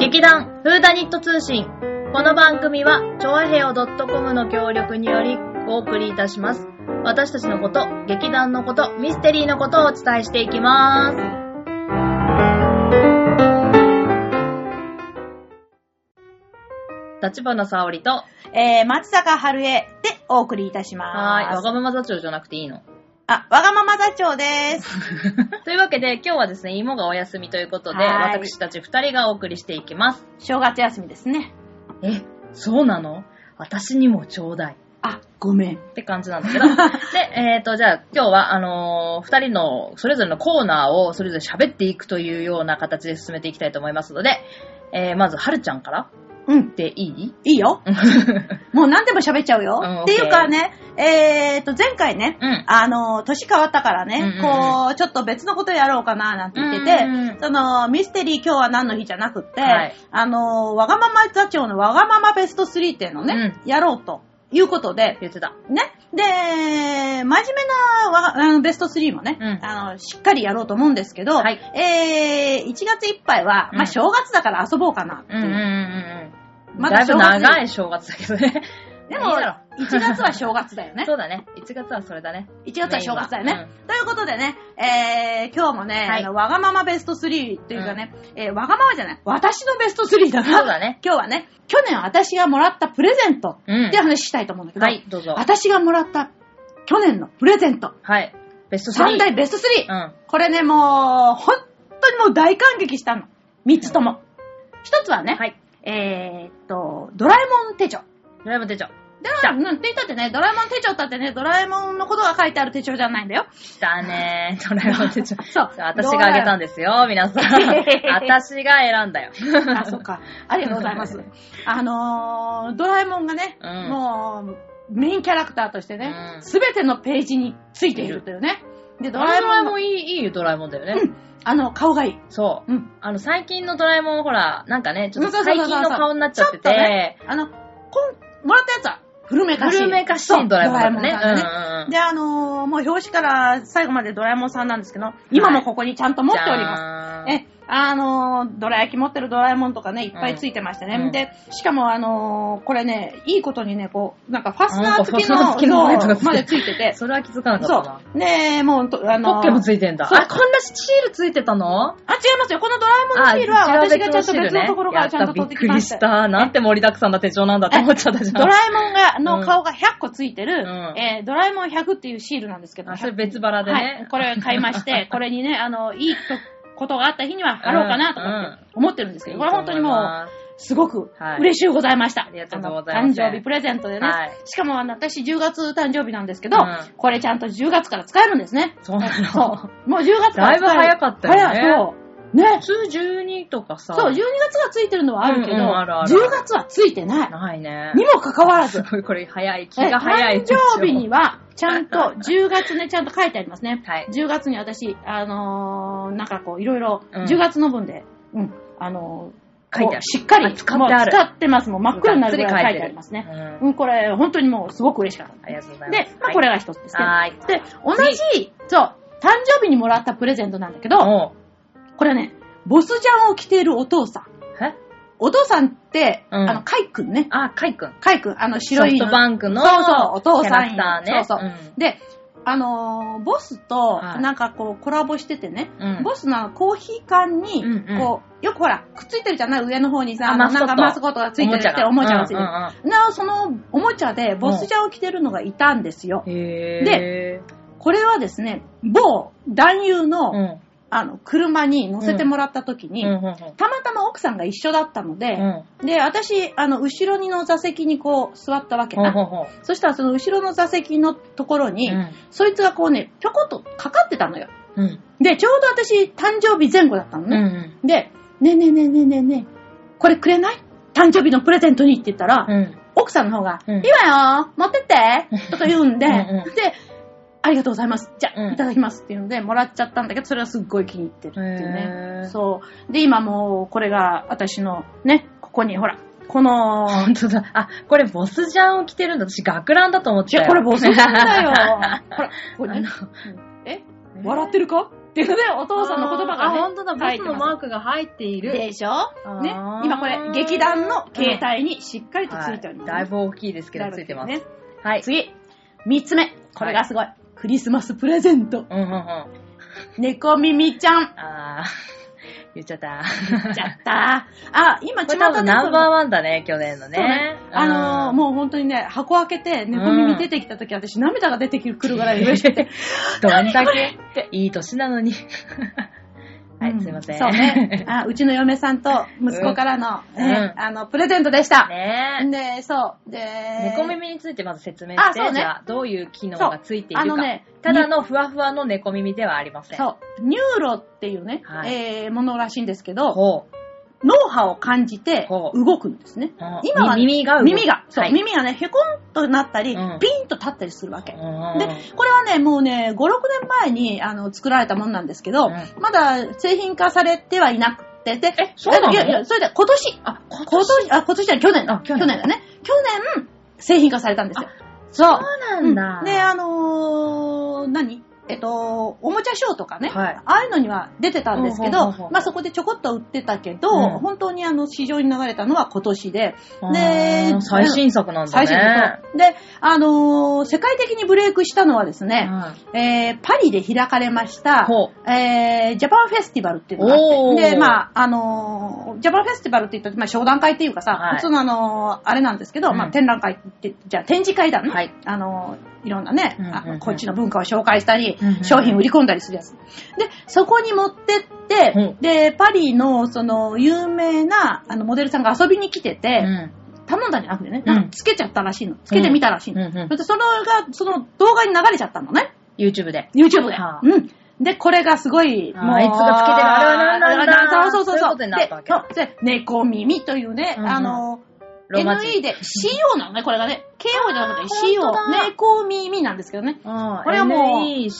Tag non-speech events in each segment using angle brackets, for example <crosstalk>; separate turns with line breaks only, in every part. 劇団フーダニット通信。この番組は、ちょわへよ .com の協力によりお送りいたします。私たちのこと、劇団のこと、ミステリーのことをお伝えしていきます。立花沙織と、
えー、松坂春江でお送りいたしま
は
す。
ーい、わがまま座長じゃなくていいの。
あ、わがまま座長です。
というわけで、今日はですね、芋がお休みということで、
はーい
私たち二人がお送りしていきます。
正月休みですね。
え、そうなの私にもちょうだい。
あ、ごめん。
って感じなんだ
<laughs>
けど。で、えっ、と、じゃあ今日は、あのー二人のそれぞれのコーナーをそれぞれ喋っていくというような形で進めていきたいと思いますので、えー、まず、はるちゃんから
うん。
でいい
いい
<laughs>
よ。
うん。
もう何でも喋っちゃうよ。
うん
っていうかね、えーと、前回ね、
うん。
あの、年変わったからね、
うんうんうん
こう、ちょっと別のことやろうかな、なんて言ってて、
うんうん
その、ミステリー今日は何の日じゃなくって、
はい
あの、わがまま座長のわがままベスト3っていうのをね、やろうということで、
言ってた。
ね。で、真面目なわがあのベスト3もね、
うん
あの、しっかりやろうと思うんですけど、
はい
えー、1月いっぱいは、
うん
まあ、正月だから遊ぼうかなって
うん
い
うんうん
う。
うん。
ま
だ
だ
いぶ
正月
長い正月だけどね。
<laughs> で
いい
も、
だ
1月は正月だよ
ろ。
ね。
<laughs> そうだね。1月はそれだ
<laughs>
ね。
1月は正月だよね。
ね
ということでね、えー、今日もね、
はい
あのわがままベスト3っていうかね、えー、わがままじゃない、私のベスト3だな。
そうだね。
今日はね、去年私がもらったプレゼント
うん
っていう話したいと思うんだけど、
はい、どうぞ。
私がもらった去年のプレゼント、
はい。ベスト3。
3大ベスト 3!
うん。
これね、もう、本当にもう大感激したの。三つとも。一つはね、
はい。
えーっと、ドラえもん手帳。
ドライブ手帳。
では、うん、って言ったってね、ドラえもん手帳だってね、ドラえもんのことが書いてある手帳じゃないんだよ。
来た
<laughs>
ねー。ドラえもん手帳。
そう。
私があげたんですよ、皆
<laughs>
さん。私が選んだよ。
ドラえも <laughs> んあ、そっか。あ <laughs> りがとうございます。あのー、ドラえもんがね、
うん
もう、メインキャラクターとしてね
う、ん
すべ、てのページについているというね。で、ド
ド
ラ
ラ
え
えも
も
ん
んの、
もいい、いいドラえもんだよね。
あの、顔がいい。
そう。
うん。
あの、最近のドラえもん、ほら、なんかね、ちょっ
う
と
んそう
最
そうそうそう
近の顔になっちゃって
ちょっとね
て、
あの、こん、もらったやつは、古めかしい。
古めかしいドラえもんだったね
そうドラえもんさんがね。
うんうんうん
で、あのーもう表紙から最後までドラえもんさんなんですけど、今もここにちゃんと持っております。
ます
え、あのードラ焼き持ってるドラえもんとかね、いっぱいついてましたね。
うん
で、しかもあのーこれね、いいことにね、こう、なんかファスナー付き
あな
の、
んかファスナー付きのライトがついてる
そうまでついてて、
それは気づかなかっ
そ
た
う。ねえ、もうと、
な。
あの
ポッケもついてんだ。
そう
あ、こんなシールついてたの
あ、違いますよ。このドラえもんのシールは
あ
私がちゃんと別のところからちゃんと取ってきまし
や
た
った。びっくりした。なんて盛りだくさんな手帳なんだって思っちゃったじゃん。
ドラえもんが、
うん
の顔が100個ついてる、
うん
えードラえもん100っていうシールなんですけど、
あそれ別腹で
は
ね
い。。これ買い
<laughs>
まして、これにね、あの、いいとことがあった日には貼ろうかなとかって思ってるんですけど、これ本当にもう、すごく
はい
嬉しゅうございました。
ありがとうございます
あの誕生日プレゼントでね。
はい
しかもあの私10月誕生日なんですけど、
うん
これちゃんと10月から使えるんですね。
そうなの
そうもう10月か
だ
ら使える。
いぶ早かったよね
早いそう。ね。
普通12とかさ、
そう、12月がついてるのはあるけ
う
ど、
んうんあるある
10月はついてない。
ないね。
にもかかわらず
す、ごい、これ早い。気
え
が早い。
誕生日には、ちゃんと、10月
<laughs>
ね、ちゃんと書いてありますね。
はい
10月に私、あのー、なんかこう、いろいろ、
うん
10月の分で、うん、あのー、
書いてある
こうしっかり、
あ使ってある
もう使ってます。もう真っ黒になるぐらい書いてあります
う
ね。
ん
うん、これ、本当にもう、すごく嬉しかった。
ありがとうございます。
で、まあ、これが一つですね。
はい。
で、同じ、そう、誕生日にもらったプレゼントなんだけど、
おう
これね、ボスジャンを着ているお父さん。
え
お父さんって、
うん
あの、カイくんね。
あ、カイ君。
カイくん、あの、白いの
ソフトバンクの
そうそう、お父さん
キャラクターね。
そうそう。で、あのーボスと
はい
なんかこうコラボしててね、
うん
ボスのコーヒー缶に、
うんうん
こう、よくほら、くっついてるじゃない上の方にさ、
あ
あの
マスコ
な
ット
んかマスコットがついてるっておもちゃがついてる。
て
なお、そのおもちゃでボスジャンを着てるのがいたんですよ。
へー。
で、これはですね、某男優の,、
うん。
あの車に乗せてもらった時に、
うんうんうん
たまたま奥さんが一緒だったので、
うん
で、私、あの、後ろにの座席にこう座ったわけ
ほう
な。
ほうほう
そしたらその後ろの座席のところに、
うん
そいつがこうね、ぴょこっとかかってたのよ。
うん
で、ちょうど私、誕生日前後だったの
うんう
ね。
ん
で、ねえねえねえねえねえねえ、これくれない誕生日のプレゼントにって言ったら、
うん
奥さんの方が、
うん
いいわよ持ってってとか言うんで、
うんうん
で、ありがとうございます。じゃあ、
うん
いただきますっていうので、もらっちゃったんだけど、それはすっごい気に入ってるっていう
へー
ね。そう。で、今もう、これが私のね、ここに、ほら、この、
本当だ。あ、これボスジャンを着てるんだ。私学ランだと思っ
じ
てた
ゃ
よ。 <laughs>
あこれボスなんだよ。ほら、ここ
あ
に
の。
え笑ってるかっていうね、お父さんの言葉がね。
あ、本当だ、ボ
書い
ス
て
の
ま
マークが入ってい
す
る。
でしょ
あー
ね。今これ、劇団の携帯にしっかりとついております。
だいぶ大きいですけど、ついてます。。はい。
次。三つ目。これがすごい。クリスマスプレゼント。
うんうんうん。
猫耳ちゃん。
あー、 <laughs> 言っちゃ
<laughs>
った。
やっちゃった。あ、今、
こ
ち
れ多
また
分ナンバーワンだね、去年の
そうね
ね。
あのー
う
もう本当にね、箱開けて、猫耳出てきた時、私涙が出てくるぐらい嬉しくて。
ん、ど
<laughs>
んだ
これ
けいい年なのに。 <laughs> は
う
い、すいません。
そうね。。あ、うちの嫁さんと息子からの、
うん
ねあの、プレゼントでした。
ね
<laughs> で、そう。で、
え。猫耳についてまず説明
あ
し
そう
て、じ
ね
ゃあ、どういう機能がついているか。
そうあのね
ただのふわふわの猫耳ではありません。
そう。ニューロっていうね、
はい
えーものらしいんですけど、
ほう。
脳波を感じて
ほう
動くんですね
ほう。
今はね、
み耳が動く
耳が、そう、
はい
耳がね、へこんとなったり、
うん
ピンと立ったりするわけ。
うん
で、これはね、もうね、5、6年前にあの作られたものなんですけ
う
ど、
ん
まだ製品化されてはいなくて、で、
えそうなの
いやいや、それで今年、あ、今年、あ、今年じゃない去年だ
あ、去
去
年
年だね。去年、製品化されたんですよ。そう。
そううんなん
で、
だ。
あのー何えっと、おもちゃショーとかね、
はい
ああいうのには出てたんですけ
うんほう
ど
ほうほう、
まあそこでちょこっと売ってたけど、
うん
本当にあの市場に流れたのは今年で、
あー
で
最新作なんだね。
最新のそうで、あのー世界的にブレイクしたのはですね、えーパリで開かれました、
ほ
えージャパンフェスティバルっていうのがあ
お
っ
ー
て、で、まあ、あのージャパンフェスティバルって言ったら、まあ、商談会っていうかさ、
はい
普通のあのーあれなんですけ
う
ど、
ん
まあ、展覧会って、じゃあ展示会だね。
はい
あのーいろんなね、
うんうんうん
あのこっちの文化を紹介したり、
うんうん
商品を売り込んだりするやつ。で、そこに持ってって、
うん
で、パリの、その、有名な、あの、モデルさんが遊びに来てて、
う。うん
頼んだんじゃなくてね、
うん
なんかつけちゃったらしいの。つけてみたらしいの。
うんうんうん
それでそれが、その動画に流れちゃったのね。
YouTube で。
YouTube で
はあ。
うん。で、これがすごい、
あーいつがつけてるあれは何なんだ
あれは何そうそ
そう
うそう。
いうことになったわけだ
でそうで猫耳というね、
うんうん
あの、
ロマ字
NE で CO なのね、これがね。KO じゃなく
本
て
当だ
CO。猫耳なんですけどね。
こ
これはもう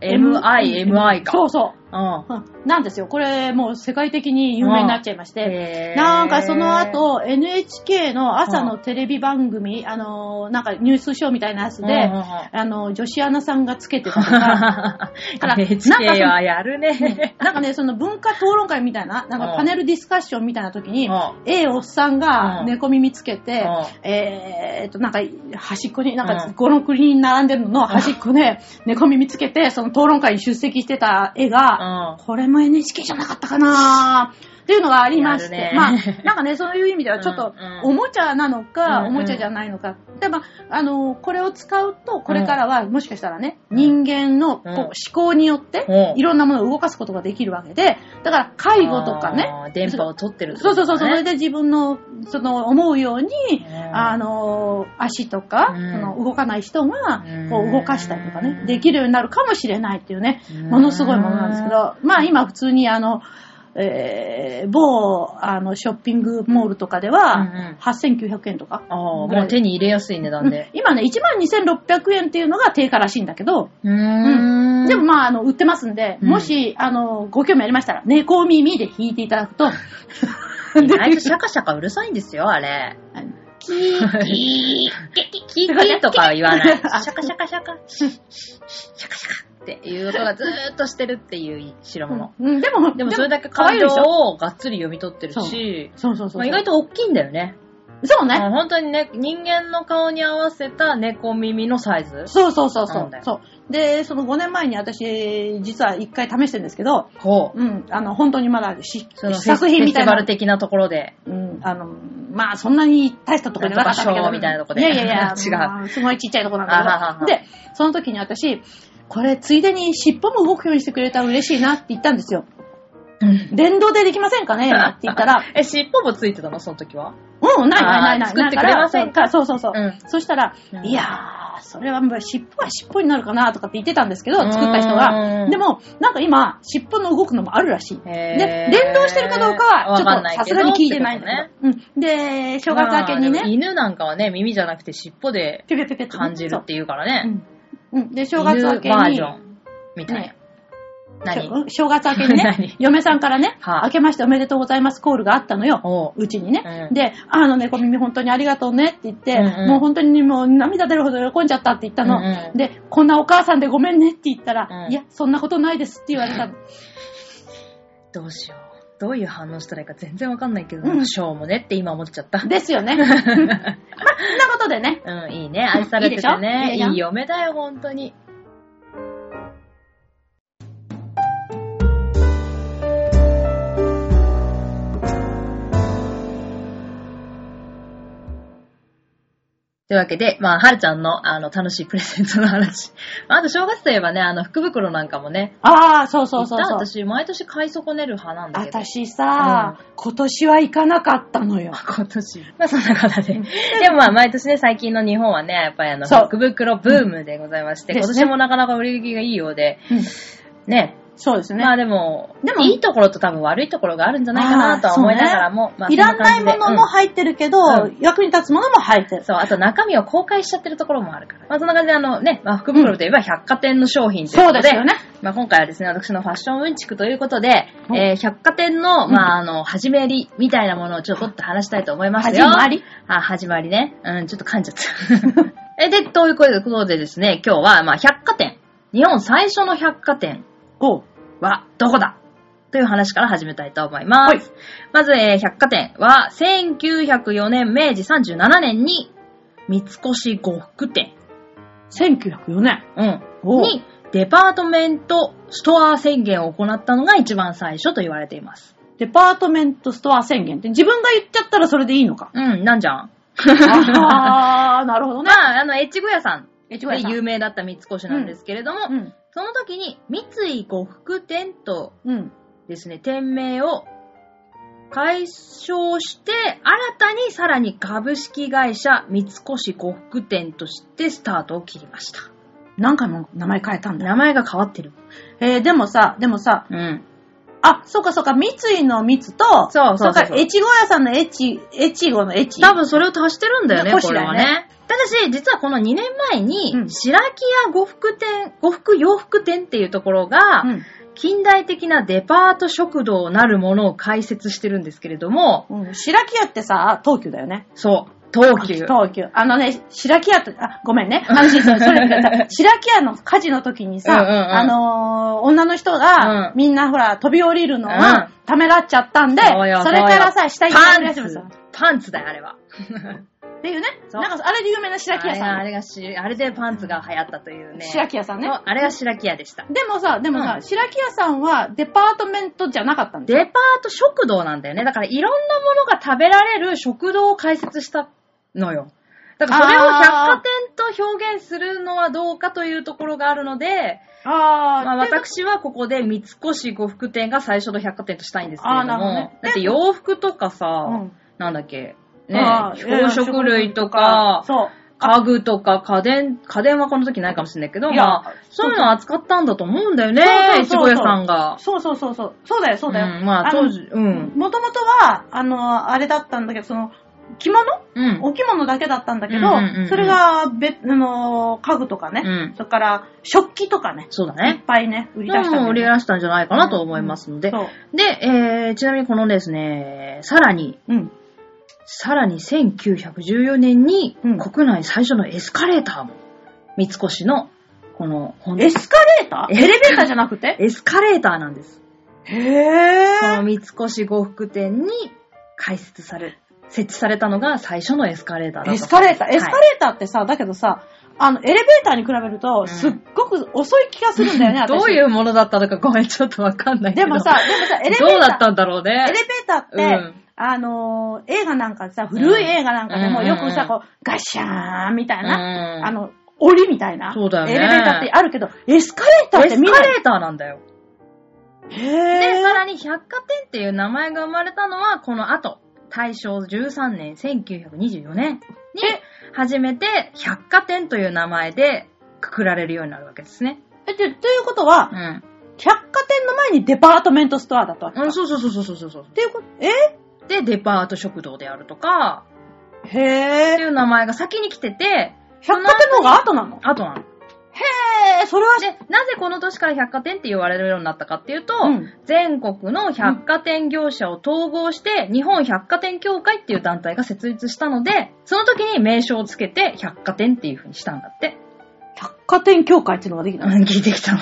NECOMIMI か。
そうそう
うん。
うん。なんですよ。これ、もう世界的に有名になっちゃいまし
へ
て。
ー
なんかその、後、NHK の朝のテレビ番組、あの、なんかニュースショーみたいなやつ
うんうん
で、
うん <laughs>
あの、女子アナさんがつけてたとか、から
NHK はやるね。
なんか
<laughs>
ね、その文化討論会みたいな、なん
う
か
ん
パネルディスカッションみたいな時に
う、ん
A おっさん
う
が
ん
猫耳つけて、
う
えーっと、なんか端っこに、なん
うん
か5、6人並んでるのの端っこで猫耳つけて、その討論会に出席してた絵が、
う
これも NHK じゃなかったかなっていうのがありまして、
やるね
まあ、なんかね、そういう意味ではちょっと
うんうん、
おもちゃなの
う
か、
んうん
おもちゃじゃないのか。でも、あの、これを使うと、これからは、もしかしたらね、
うん
人間のこう
うん
思考によって、
うん
いろんなものを動かすことができるわけで、だから、介護とかね、
あー電波を取ってるって
そ
こ
う
と
そう
だ
そう、
ね
それで自分の、その、思うよう
う
に、
ん
あの、足とか、
うん
その動かない人が
うん、
こう動かしたりとかね、できるようになるかもしれないっていうね、
うん
ものすごいものなんですけど、まあ今普通にあの、えー某、あの、ショッピングモールとかで
うん
は、8900円とか。
あーもう手に入れやすい値段で。
今ね、12600円っていうのが定価らしいんだけど、
うーん
でも、まあ、あの、売ってますんで、
うん
もし、あの、ご興味ありましたら、猫耳で弾いていただく
<laughs>
と、
あいつシャカシャカうるさいんですよ、あれ。
キーキ
キーキーとかは言わない。シ
あ
ャカシャカシャカ、シャシャカシャカっていう音がずーっとしてるっていう代物。
ー。うん、でも、
でもそれだけ
可愛
感
い
情
でしょ
をがっつり読み取ってるし、
そうそうそうそう。
まあ、意外と大きいんだよね。
そう
う
ね。
ん本当にね、人間の顔に合わせた猫耳のサイズ。
そうそうそうそ
なん
う
だよ
そう。で、その5年前に私、実は1回試してるんですけど、
こう。
うん、あの、本当にまだし
その
試作品みた
フェステ
い
ィバル
な。
的なところで。
うん、あの、まあ、そんなに大したところじゃなかったんだけ
なんとか賞
ど。
みたいなとこで、
いやいやいや
<laughs> 違う
まあすごいちっちゃいところ
あはは
なん
は
だけど。で、その時に私、これ、ついでに尻尾も動くようにしてくれたら嬉しいなって言ったんですよ。電動でできませんかねって言ったら、
え、尻尾もついてたのその時は。
うん、ないないないな
あー
い。
作ってくれません
かそうそうそう。
うん
そしたら、
うん
いやー、それはもう尻尾は尻尾になるかなとかって言ってたんですけど、
うん
作った人が。でも、なんか今、尻尾の動くのもあるらしい。
へ
で
ー、
連動してるかどうかは、ち
わか
ょっ
ん
と
ない
さ
け
す
ど
がに聞いてないんだ
って
けど。うん。で、正月明けに
まあでも
ね、
犬なんかはね、耳じゃなくて尻尾で
ピュピュピュピュって
感じるっていうからね。
そううん。うん。で、正月明け
犬バー
に
ジョ、ンみたいな
ね。
何
正正月明け
<laughs>
に
何
ね、嫁さんからね、
はあ
明けましておめでとうございますコールがあったのよ。
おう。
うちにね。
うん
で、あのね、小耳本当にありがとうねって言って、
うんうん
もう本当にもう涙出るほど喜んじゃったって言ったの。
うんうん
で、こんなお母さんでごめんねって言ったら、
うん
いや、そんなことないですって言われたの。
どうしよう。どういう反応したらいいか全然わかんないけど、
うん
しょうもねって今思っちゃ
<laughs>
った。
ですよ
<laughs>
ね。まあ、そんなことでね。
うん、いいね。愛されてて
い
ね。い
いでしょいいじゃん
い嫁だよ、本当に。というわけで、まあ、はるちゃんの、あの、楽しいプレゼントの話。あと、正月といえばね、あの、福袋なんかもね。
ああ、そうそうそうそう
行った。私、毎年買い損ねる派なんだけど。
私さ、今年は行かなかったのよ。
今年。まあそんなことで。でもまあ毎年ね、最近の日本はね、やっぱりあの、
そう
福袋ブームでございまして、
うん
今
ですね
年もなかなか売り行きがいいようで、
うん
ね。
そうですね。
まあでも、
でも
いいところと多分悪いところがあるんじゃないかなとは思いながらも、まあ
いらない
そ感じ
も
で
のも入ってるけど、
うん
役に立つものも入って
うん
る。
そう、あと中身を公開しちゃってるところもあるから。まあそんな感じであのね、まあ福袋といえば百貨店の商品ということで、
ね。
まあ、今回はですね、私のファッションうんちくということで、
うん
えー百貨店の、まあ、あの、始めりみたいなものをちょっとって話したいと思いますよ。
始まり
あ、始まりね。うん、ちょっと噛んじゃった。 <laughs> え、で、ということでですね、今日は、まあ、百貨店。日本最初の百貨店
おう
はどこだという話から始めたいと思います。
はい
まず、えー百貨店は、1904年、明治37年に、三越呉服店。
1904年。
うん。
おう
に、デパートメントストア宣言を行ったのが一番最初と言われています。。
デパートメントストア宣言って自分が言っちゃったらそれでいいのか
うん、なんじゃん。
ああ、なるほどね
ま。 <laughs> あ、あの、越後屋さん
え、ち
で有名だった三越なんですけれども、
うん。
その時に三井呉服店と
うん。
ですね、店名を解消して、新たにさらに株式会社三越呉服店としてスタートを切りました。
何回も名前変えたんだ。
名前が変わってる。
えー、でもさ、でもさ、
うん。
あ、そうかそうか、三井の三と、
そうそうそうそう
れから越後屋さんの越、越後の越。
多分それを足してるんだよね、
少し
これ
だ
は
よね
ね。ただし、実はこの2年前に、
うん
白木屋呉服店、呉服洋服店っていうところが、近代的なデパート食堂なるものを開設してるんですけれども、
うん。うん。白木屋ってさ、東急だよね。
そう、東急。
東急。あのね、白木屋と、あ、ごめんね。
<laughs>
話それ、それだけどさ、白木屋の火事の時にさ、
うんうんうん
あのー女の人が、
うん
みんなほら、飛び降りるの
う
が
ん、
ためらっちゃったんで、
そうよ
それから
そう
さ、
よ
下着
パ
隠れ
ン
てます
ツ
よ。っ。
パンツだよ、あれは。
ていうね。
そう
なんか、あれで有名な白木屋さ
あれが、あ
ん。
れがし、あれでパンツが流行ったというね。
白木屋さんね
そう。あれが白木屋でした。
でもさ、でもさ、
うん
白木屋さんはデパートメントじゃなかったんだ
デ
よ。
パート食堂なんだよね。だからいろんなものが食べられる食堂を開設したのよ。だからそれを百貨店と表現するのはどうかというところがあるので、
あー、
まあ、
で
私はここで三越呉服店が最初の百貨店としたいんですけれど
あー
も、
なるほどね
だって洋服とかさ、
うん
なんだっけ、ね、
あー
宝飾類とか、
そう。
家具とか家電、家電はこの時ないかもしれないけど、
いや
まあ、そういうのを扱ったんだと思うんだよね
そう、
いち
そうそう
ご屋さんが。
そうそうそうそう。そうだよ、そうだよ。
んまあ、
の
当時、うん。
もともとは、あの、あれだったんだけど、その、着物
うん。
お着物だけだったんだけど、
うんうんうんうん
それが別、あのー家具とかね、
うん
それから食器とかね、
そうだ
いっ
ね。
ぱいね、売り出したんだよ
も
ね
う売り出したんじゃないかなと思いますので。
そう。
で、えー、ちなみにこのですね、さらに、
うん。
さらに1914年に、
うん
国内最初のエスカレーターも、三越の、この、ほん
エスカレーター
え
エレベーターじゃなくて
エスカレーターなんです。
へ
この
ぇー。
三越呉服店に開設され、設置されたのが最初のエスカレーターだった
エスカレーター、エスカ
ー
レーターってさ、だけどさ、あの、エレベーターに比べる
ん
と、すっごく遅い気がするんだよね、私。
<laughs> どういううものだったのかごめん、ちょっとわかんないけ
で
ど。
もさ、でもさ、エレベーター、
どうだったんだろうね。
エレベーターって、
うん
あのー映画なんかでさ、古い映画なんかでも
うん
よく
うん
さ、こう、ガシャーンみたいな、
うん
あの、檻みたいな、
そうだよね
エレベーターってあるけど、エスカレーターっ
エ
て
ス
見
カ
ない。
レーターなんだよ。で、
へ
さ
ぇ
らに百貨店っていう名前が生まれたのは、この後、大正13年、1924年に初めて百貨店という名前でくくられるようになるわけですね。
え、でということは、
うん。
百貨店の前にデパートメントストアだったわけか。
うん、
う。
そうそうそうそうそうそうそう。
っていうこと、え
で、デパート食堂であるとか、
へ
ってい
ぇー。
う名前が先に来てて、
百貨店の方が後なの
あとなの。
へえ、それは
で、なぜこの年から百貨店って言われるようになったかっていうと、
うん
全国の百貨店業者を統合して、日本百貨店協会っていう団体が設立したので、その時に名称をつけて百貨店っていう風にしたんだって。
百貨店協会っていうのができたの。
うん聞いてきたの。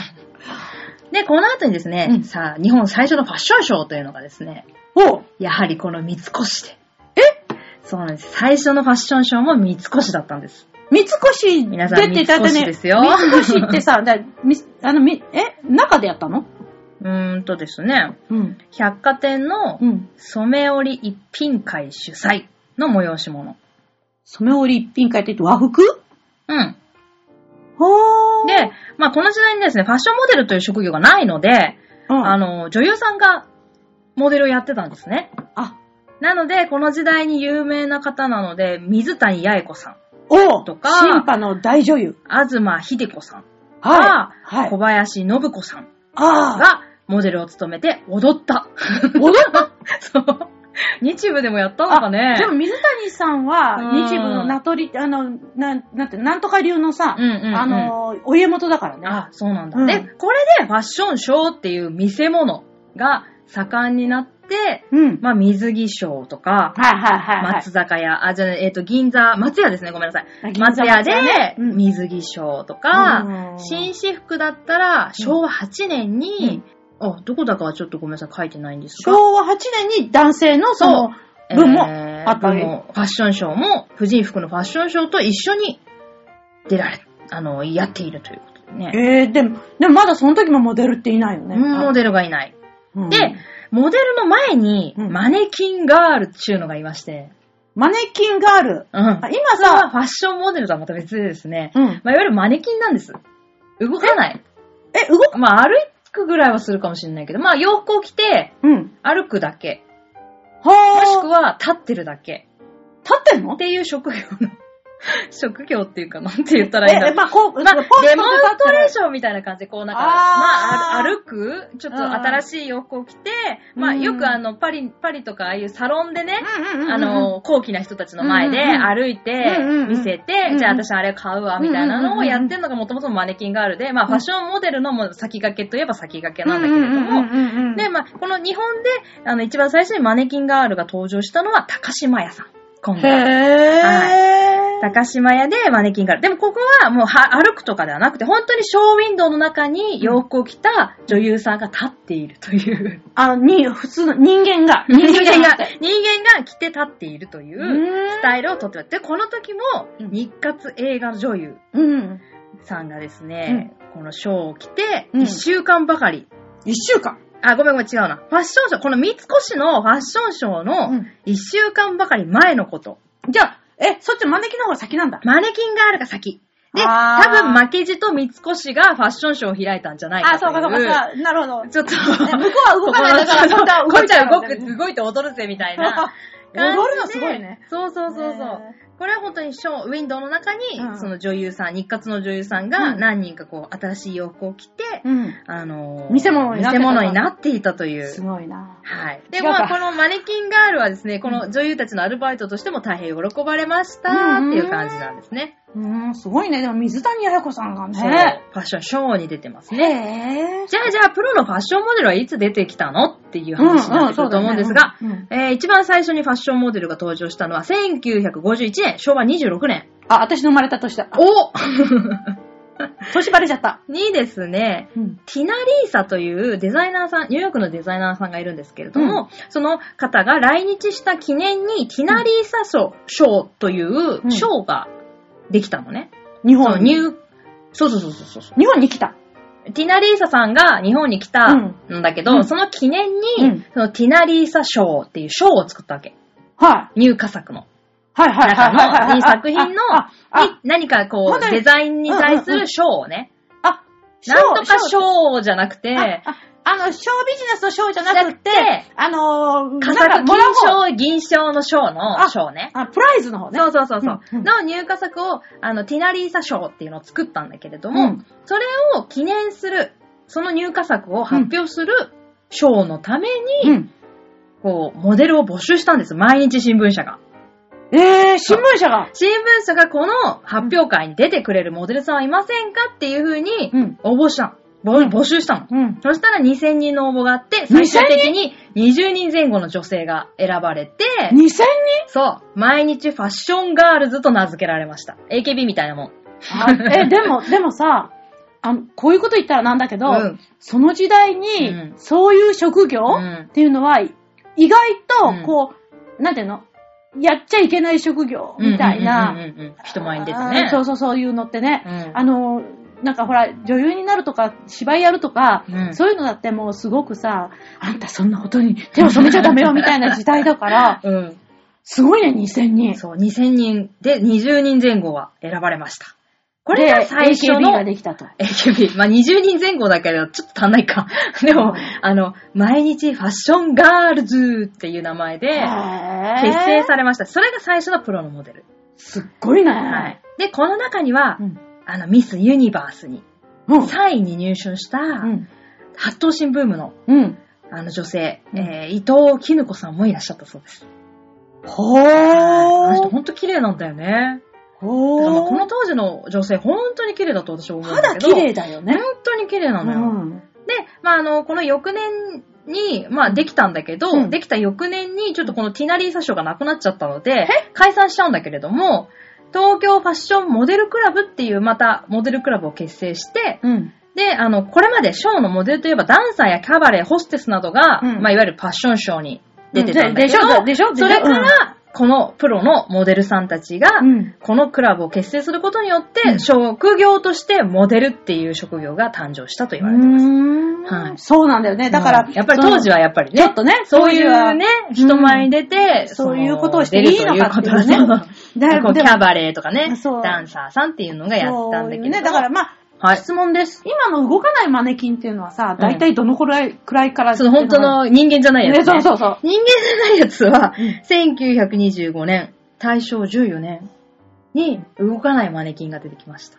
で、この後にですね、
うん
さあ、日本最初のファッションショーというのがですね、
おう
やはりこの三越で。えそうなんです。最初のファッションショーも三越だったんです。
三越
皆さん
出ていただい
三越
たね。
ですよ
三越っ
<laughs>
てさ、だみあのみえ、中でやったの
うーんとですね、
うん。
百貨店の
うん。
染め織一品会主催の催し物。
染め織一品会って言って和服
うん。
ほー。
で、まあこの時代にですね、ファッションモデルという職業がないので、
うん、
あの、女優さんがモデルをやってたんですね。
あ、
なので、この時代に有名な方なので、水谷八重子さん、
おう
とか
審判の大女優。
東秀子さん、
はい。はい
小。林信子さん
ああ。
がモデルを務めて踊った。 <laughs>
踊った
そう。 <laughs> 日部でもやったのかね。
でも水谷さんは、
うん
日部の名取、あの、なん、なんて、なんとか流のさ、
うんうんうん
あの、お家元だからね。
あ、そうなんだ。
うん
で、これでファッションショーっていう見せ物が盛んになって、
うん。
まあ、水着ショーとか、
はいはいはいはい
松坂屋、あ、じゃあえっ、と、銀座、松屋ですね、ごめんなさい。
あ。銀座
松屋で、
うん
水着ショーと
う
か、
ん
紳士服だったら、昭和8年に、あ、どこだかはちょっとごめんなさい、書いてないんですが、
昭和8年に男性のその
えー
分もあったわけ
分もファッションショーも、婦人服のファッションショーと一緒に出られ、あの、やっているということでね。
えー、でも、でもまだその時もモデルっていないよね。
うんモデルがいない。
うん
で、モデルの前に、
うん
マネキンガールっていうのがいまして、
マネキンガール。
うん。
あ
今
今
は
さ、
ファッションモデルとはまた別でですね、
うん。
まあ、いわゆるマネキンなんです。動かない。
え、動く
まあ、歩くぐらいはするかもしれないけど、まあ、洋服を着て、
うん。
歩くだけ。もし
は
く
ー。
は、立ってるだけ。
立ってんの
っていう職業の、 <laughs> 職業っていうか、なんて言ったらいいんだ
え、
ろう。
まあ、こう、ポン
まあ、
と
デ
立って
モンストレーションみたいな感じで、こうなんか、
あー
まあ、歩歩く、ちょっと新しい洋服を着て、
うん
まあ、よくあの、パリ、パリとかああいうサロンでね、
うんうんうんうん
あの、高貴な人たちの前で
うんうんうん
歩いて
うんうんう、ん
見せ
うんう
て、
ん
じゃあ私あれ買うわ、みたいなのをやってるのがもともとマネキンガールで、まあ
ん
ファッションモデルのもう先駆けといえば先駆けなんだけれど
うん
も、
うんうんうん
で、まあこの日本で、あの一番最初にマネキンガールが登場したのは高島屋さん。今
へ
度。
ー。
高島屋でマネキンガール。でもここはもうは歩くとかではなくて、本当にショーウィンドウの中に洋服を着た女優さんが立っているという。
あ、に、普通の人間が。
人間
じゃな
が
くて、
人間が着て立っているというう。
ー
ス
ん
タイルをとってますで、この時も
うん
日活映画女優
うん。
さんがですね、このショーを着て、1週間ばかり、
一週間。
あ、ごめんごめん違うな。ファッションショー、この三越のファッションショー
う
の
ん
1週間ばかり前のこと。
じゃあ、え、そっちマネキンの方が先なんだ。
マネキンがあるが先。で、
あー
多分負けじと三越がファッションショーを開いたんじゃないか
あ、
とい
そう
う。
かそうかそうか。なるほど。
ちょっと、
え向こう <laughs> は動かないだから、
こ
<laughs> こっ
っ
ち
ち
は
は動
動いちゃうんだよね
く、動いて踊るぜみたいな。
<laughs> 踊るのすごいね。
そうそうそうそう。
ね
これは本当にショー、ウィンドウの中に、
うん
その女優さん、日活の女優さんが
うん
何人かこう、新しい洋服を着て、
うん。
あのー
見せ物になっ
見せ
てた
物になっていたという。
すごいな。
はい。
違
で、
うか
まあ、このマネキンガールはですね、この女優たちのアルバイトとしても大変喜ばれました
うん
っていう感じなんですね。
うーん、すごいね。でも水谷彩子さんが
そう
ね。
ファッションショーに出てます。
へえ。
じゃあじゃあ、プロのファッションモデルはいつ出てきたのっていう話になってくると思うんですが、
うんうんそうだね
えー一番最初にファッションモデルが登場したのは1951年、昭和26年。
あ、私の生まれた年だ。
お
年バレちゃった。
にですね、
うん。
ティナリーサというデザイナーさん、ニューヨークのデザイナーさんがいるんですけれども、その方が来日した記念にティナリーサ賞賞という賞ができたのね。
日
その
本
ニ
に。
ューそうそうそうそうそ
日本に来た。
う。ティナリーサさんが日本に来たんだけど、
うん
その記念に、
うん
そのティナリーサ賞っていう賞を作ったわけ。
はい。
入荷作の。
はいはいはいは
中
いはいはい。
の、いい作品の
あ、あ
に何かこ
本当
う、
に
デザインに対す
うんうんう
る
ん
賞をね、
あ、
なんとか
ショー
賞じゃなくて、
ああの、小ビジネスの賞じゃなくて
じゃなくて、
あのー、
価
なんか
格
もらう
金
方
賞、銀賞の賞の
あ
賞ね。
あ、プライズの方ね。
そうそうそうそう、
うんうん
の入荷作を、あの、ティナリーサ賞っていうのを作ったんだけれども、
うん
それを記念する、その入荷作を発表する賞のために、
うん。
こう、モデルを募集したんです。毎日新聞社が。
ええー、新聞社が。
新聞社がこの発表会に出てくれるモデルさんはいませんかっていう風に
うん
応募したの。募募集したの。
うん。
そしたら2000人の応募があって、最
2000人
終的に20人前後の女性が選ばれて、
2000人
そう、毎日ファッションガールズと名付けられました。AKB みたいなもん。
え、でも、でもさ、あの、こういうこと言ったらなんだけど、
うん
その時代
うん
に、そういう職業、
うん
っていうのは、意外
うん
と、こう、なんていうのやっちゃいけない職業みた
うん
い
うん
な。
うんうんうん人前に出てね。
あーそうそう、そういうのってね。
うん
あの、なんかほら、女優になるとか、芝居やるとか、
うん
そういうのだってもうすごくさ、あんたそんなことに手を染めちゃダメよみたいな時代だから、
うん。
すごいね、2000人。
そう、2000人で20人前後は選ばれました。こ
こ
れが最初
AKB
の
ができたと。
AKB。まあ、20人前後だけど、ちょっと足んない
<laughs>
か。でも、あの、毎日ファッションガールズっていう名前で
結
結成されました。それが最初のプロのモデル。
すっごいね。
はい。で、この中には、
うん。
あの、ミス・ユニバースに、
うん。
3位に入賞した、
うん。
発頭身ブームの、
うん。
あの女性、
うん
えー、伊藤絹子さんもいらっしゃったそうです。
ほ
あの人
ー。
ほんと綺麗なんだよね。だからまあ
ほ
この
ー。
当時の女性、本当に綺麗だと私は思うんだ
肌
けど。
綺麗だよね。
本当に綺麗なのよ。
うん
で、まあ、あの、この翌年に、まあ、できたんだけど、
うん
できた翌年に、ちょっとこのティナリーサ賞がなくなっちゃったので、解散しちゃうんだけれども、東京ファッションモデルクラブっていう、また、モデルクラブを結成して、
うん。
で、あの、これまでショーのモデルといえば、ダンサーやキャバレー、ホステスなどが、
うん
まあ、いわゆるファッションショーに出てたんだ
で
けど、
しょ、でしょ、でし
そ
ょ
れから、このプロのモデルさんたちが、
うん。
このクラブを結成することによって、
うん
職業としてモデルっていう職業が誕生したと言われてます。
う
は
ー
い
ん。そうなんだよね。だから、
やっぱり当時
は、
はやっぱり
ちょっ
ね、
とね、
そうい
当
う
時
ね
は、、
人前に出て、
うん
その
そういうことをしていいのかっていうね
出るということ
<laughs> だい
こう
ぶ
キ
で
ャバレーとかね、
そう
ダンサーさんっていうのがやったんだけれど
そういうね、だからまあ、
はい。
質問です。今の動かないマネキンっていうのはさ、大体どのくらい、くらいから
その本当の人間じゃないやつ、ね
ね、そうそうそう。
人間じゃないやつは、1925年、大正14年に動かないマネキンが出てきました。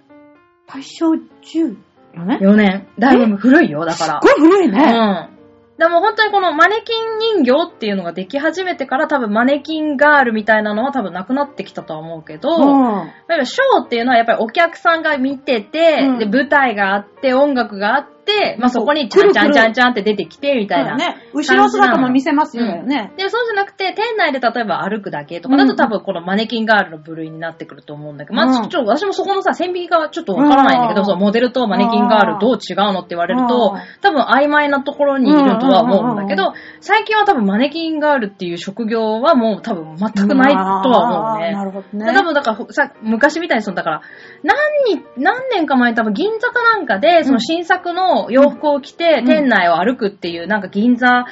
大正10よね。
4年。だいぶ古いよ、だから。
すっごい古いね。
うん。でも本当にこのマネキン人形っていうのができ始めてから多分マネキンガールみたいなのは多分なくなってきたとは思うけど、やっ
うん
ぱりショーっていうのはやっぱりお客さんが見てて、
うん
で舞台があって音楽があって、まあそこにちゃんちゃんちゃんちゃんって出てきてみたいな。
ね。後ろ姿も見せますよだよね。
で、そうじゃなくて、店内で例えば歩くだけとかだと、
うん
多分このマネキンガールの部類になってくると思うんだけど、まあ、
うん
ちょっと私もそこのさ、線引きがちょっとわからないんだけど、
うん
そう、モデルとマネキンガールどう違うのって言われると
うん、
多分曖昧なところにいるとは思うんだけ
うん
ど、最近は多分マネキンガールっていう職業はもう多分全くないとは思うね。
あーなるほどね。
多分だからさ、昔みたいにその、だから、何に、何年か前に多分銀座かなんかで、その新作の洋服を着て、
うん
店内を歩くっていう、なんか銀座、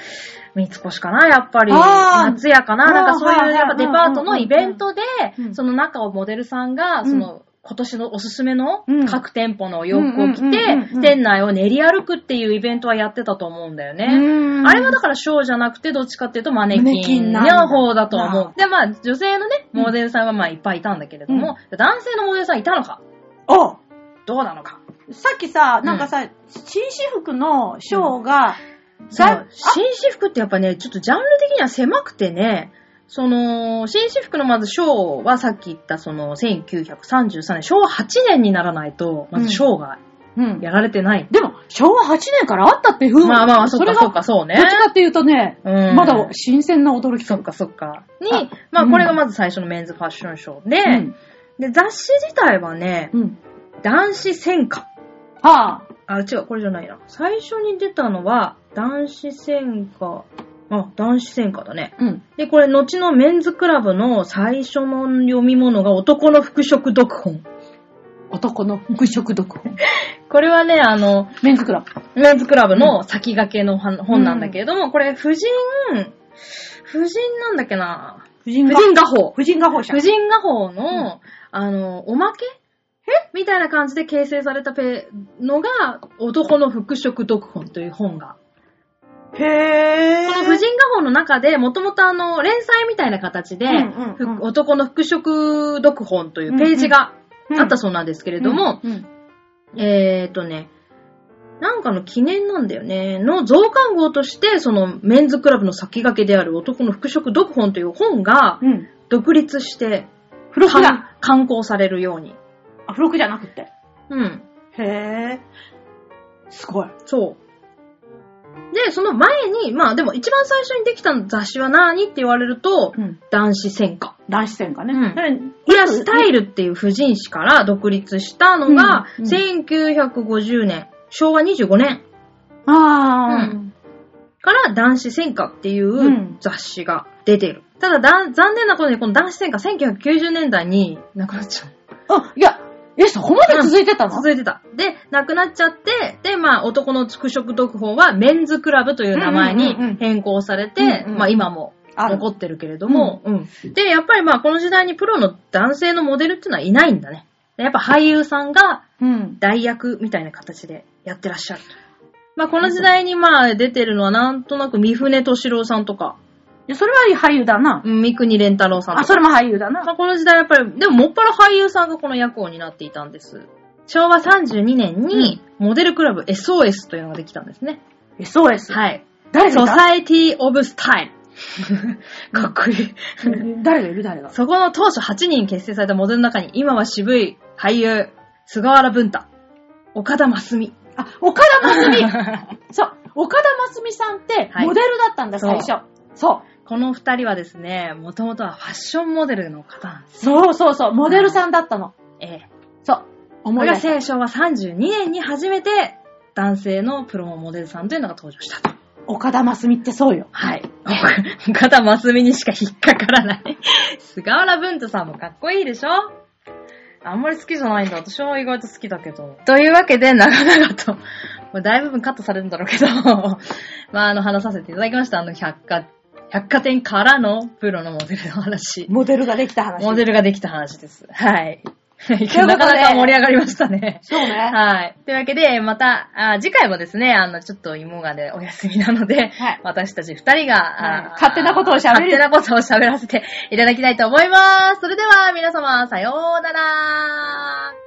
三越かな、やっぱり。
あー
松屋かな、なんかそう
あー
い
は
う、
い
やっぱデパートのイベントで
うんう、ん
その中をモデルさんが、
うん
その、今年のおすすめの
うん
各店舗の洋服を着
うんうんうんうんう
て、
ん
店内を練り歩くっていうイベントはやってたと思うんだよね。
うん
あれはだからショーじゃなくて、どっちかっていうとマネ
マネ
キ
キ
ン
ン
の
な
方だと
な
思う。で、まあ、女性のね、モデルさんはまあいっぱいいたんだけれども、男性のモデルさんいたのか
お
どうなのか
さっきさ、なんかさ、紳士服のショーが、
そ
だ
う、紳士服ってやっぱね、ちょっとジャンル的には狭くてね、その、紳士服のまずショーはさっき言ったその1933年、昭和8年にならないと、まずショーが
うん
やられてない。
でも、昭和8年からあったっていう風
まあまあ、そ
そ
っか
れ
そっ
が、
か、そうね
どっ。ちかっていうとね、
うん
まだ新鮮な驚き
そっかそっか。に
あ、
まあ
うん
これがまず最初のメンズファッションショーで、
うん
で、雑誌自体はね、
うん。
男子専科。
はあ、
あ、違う、これじゃないな。最初に出たのは、男子専科。あ、男子専科だね。
うん。
で、これ、後のメンズクラブの最初の読み物が男の服飾読本。
男の服飾
<laughs>
読本。
これはね、あの、
メンズクラブ。
メンズクラブの先駆けの本本なんだけれども、これ、婦人、婦人なんだっけな。
婦人
婦人画報。
婦人画報社
婦。人画報の、あの、おまけえみたいな感じで形成されたペのが、男の服飾読本という本が
へぇー。
この婦人画報の中で、もともとあの、連載みたいな形で、
うんうんうん
ふ男の服飾読本というページがあったそうなんですけれ
れ
ども、
うんうん
えーとね、なんかの記念なんだよね、の増刊号として、そのメンズクラブの先駆けである男の服飾読本という本が
うん。
独立して、
付録
観
だ。
観光されるように。
あ、付録じゃなくって。
うん。
へえ。すごい。
そう。で、その前に、まあでも一番最初にできた雑誌は何って言われると、
うん。
男子専科。
男子戦がね。
うん
だから
ヘアスタイルっていう婦人誌から独立したのが、
うんうん
1950年、昭和25年
ああ、
うんから男子専科っていうん雑誌が出てる。ただだ残念なことにこの男子専科1990年代になくなっちゃう。
あ、いや、え、そこまで続いてたの、
続いてた。で、亡くなっちゃって、で、まあ、男の畜殖特報はメンズクラブという名前
うんうんうんう
に
ん
変更され
うん
て、
うん
まあ、今も
ある
残ってるけれども、うん。で、やっぱりまあ、この時代にプロの男性のモデルっていうのはいないんだね。でやっぱ俳優さんが
うん。
代役みたいな形でやってらっしゃる。まあ、この時代にまあ、出てるのはなんとなく三船敏郎さんとか、
いやそれは俳優だな。
うん三国連太郎さんとか
あ、。それも俳優だな。
まあ、この時代やっぱり、でももっぱら俳優さんがこの役を担っていたんです。昭和32年に、モデルクラブ SOS というのができたんですね。
SOS。
はい。
誰が
ソ
いた
サイティオブスタイル。 <laughs> かっこいい。
誰がいる誰が。
そこの当初8人結成されたモデルの中に、今は渋い俳優、菅原文太、岡田真澄。
<laughs> あ、岡田真澄そう、岡田真澄さんって
はい
モデルだったんだ、
そう
最初。そう。
<laughs> この二人はですね、もともとはファッションモデルの方なんです。
そうそうそう、モデルさんだったの。
ええ。
そう。
こ
思い
れ
出
が
した。
昭和32年に初めて、男性のプロモデルさんというのが登場したと。
岡田真澄ってそうよ。
はい。岡田真澄にしか引っかからない。菅原文太さんもかっこいいでしょあんまり好きじゃないんだ。私は意外と好きだけど。というわけで、長々と、もう大部分カットされるんだろうけど、まあ、あの、話させていただきました。あの、百貨、百貨店からのプロのモデルの話。
モデルができた話。
モデルができた話です。はい。
で
<laughs> なかなか盛り上がりましたね。
そうね。
はい。というわけで、また、あ次回もですね、あの、ちょっと芋がね、お休みなので、
はい
私たち二人が、
はい
あ
勝手なことを喋る
勝手なことを喋らせていただきたいと思います。それでは、皆様、さようなら。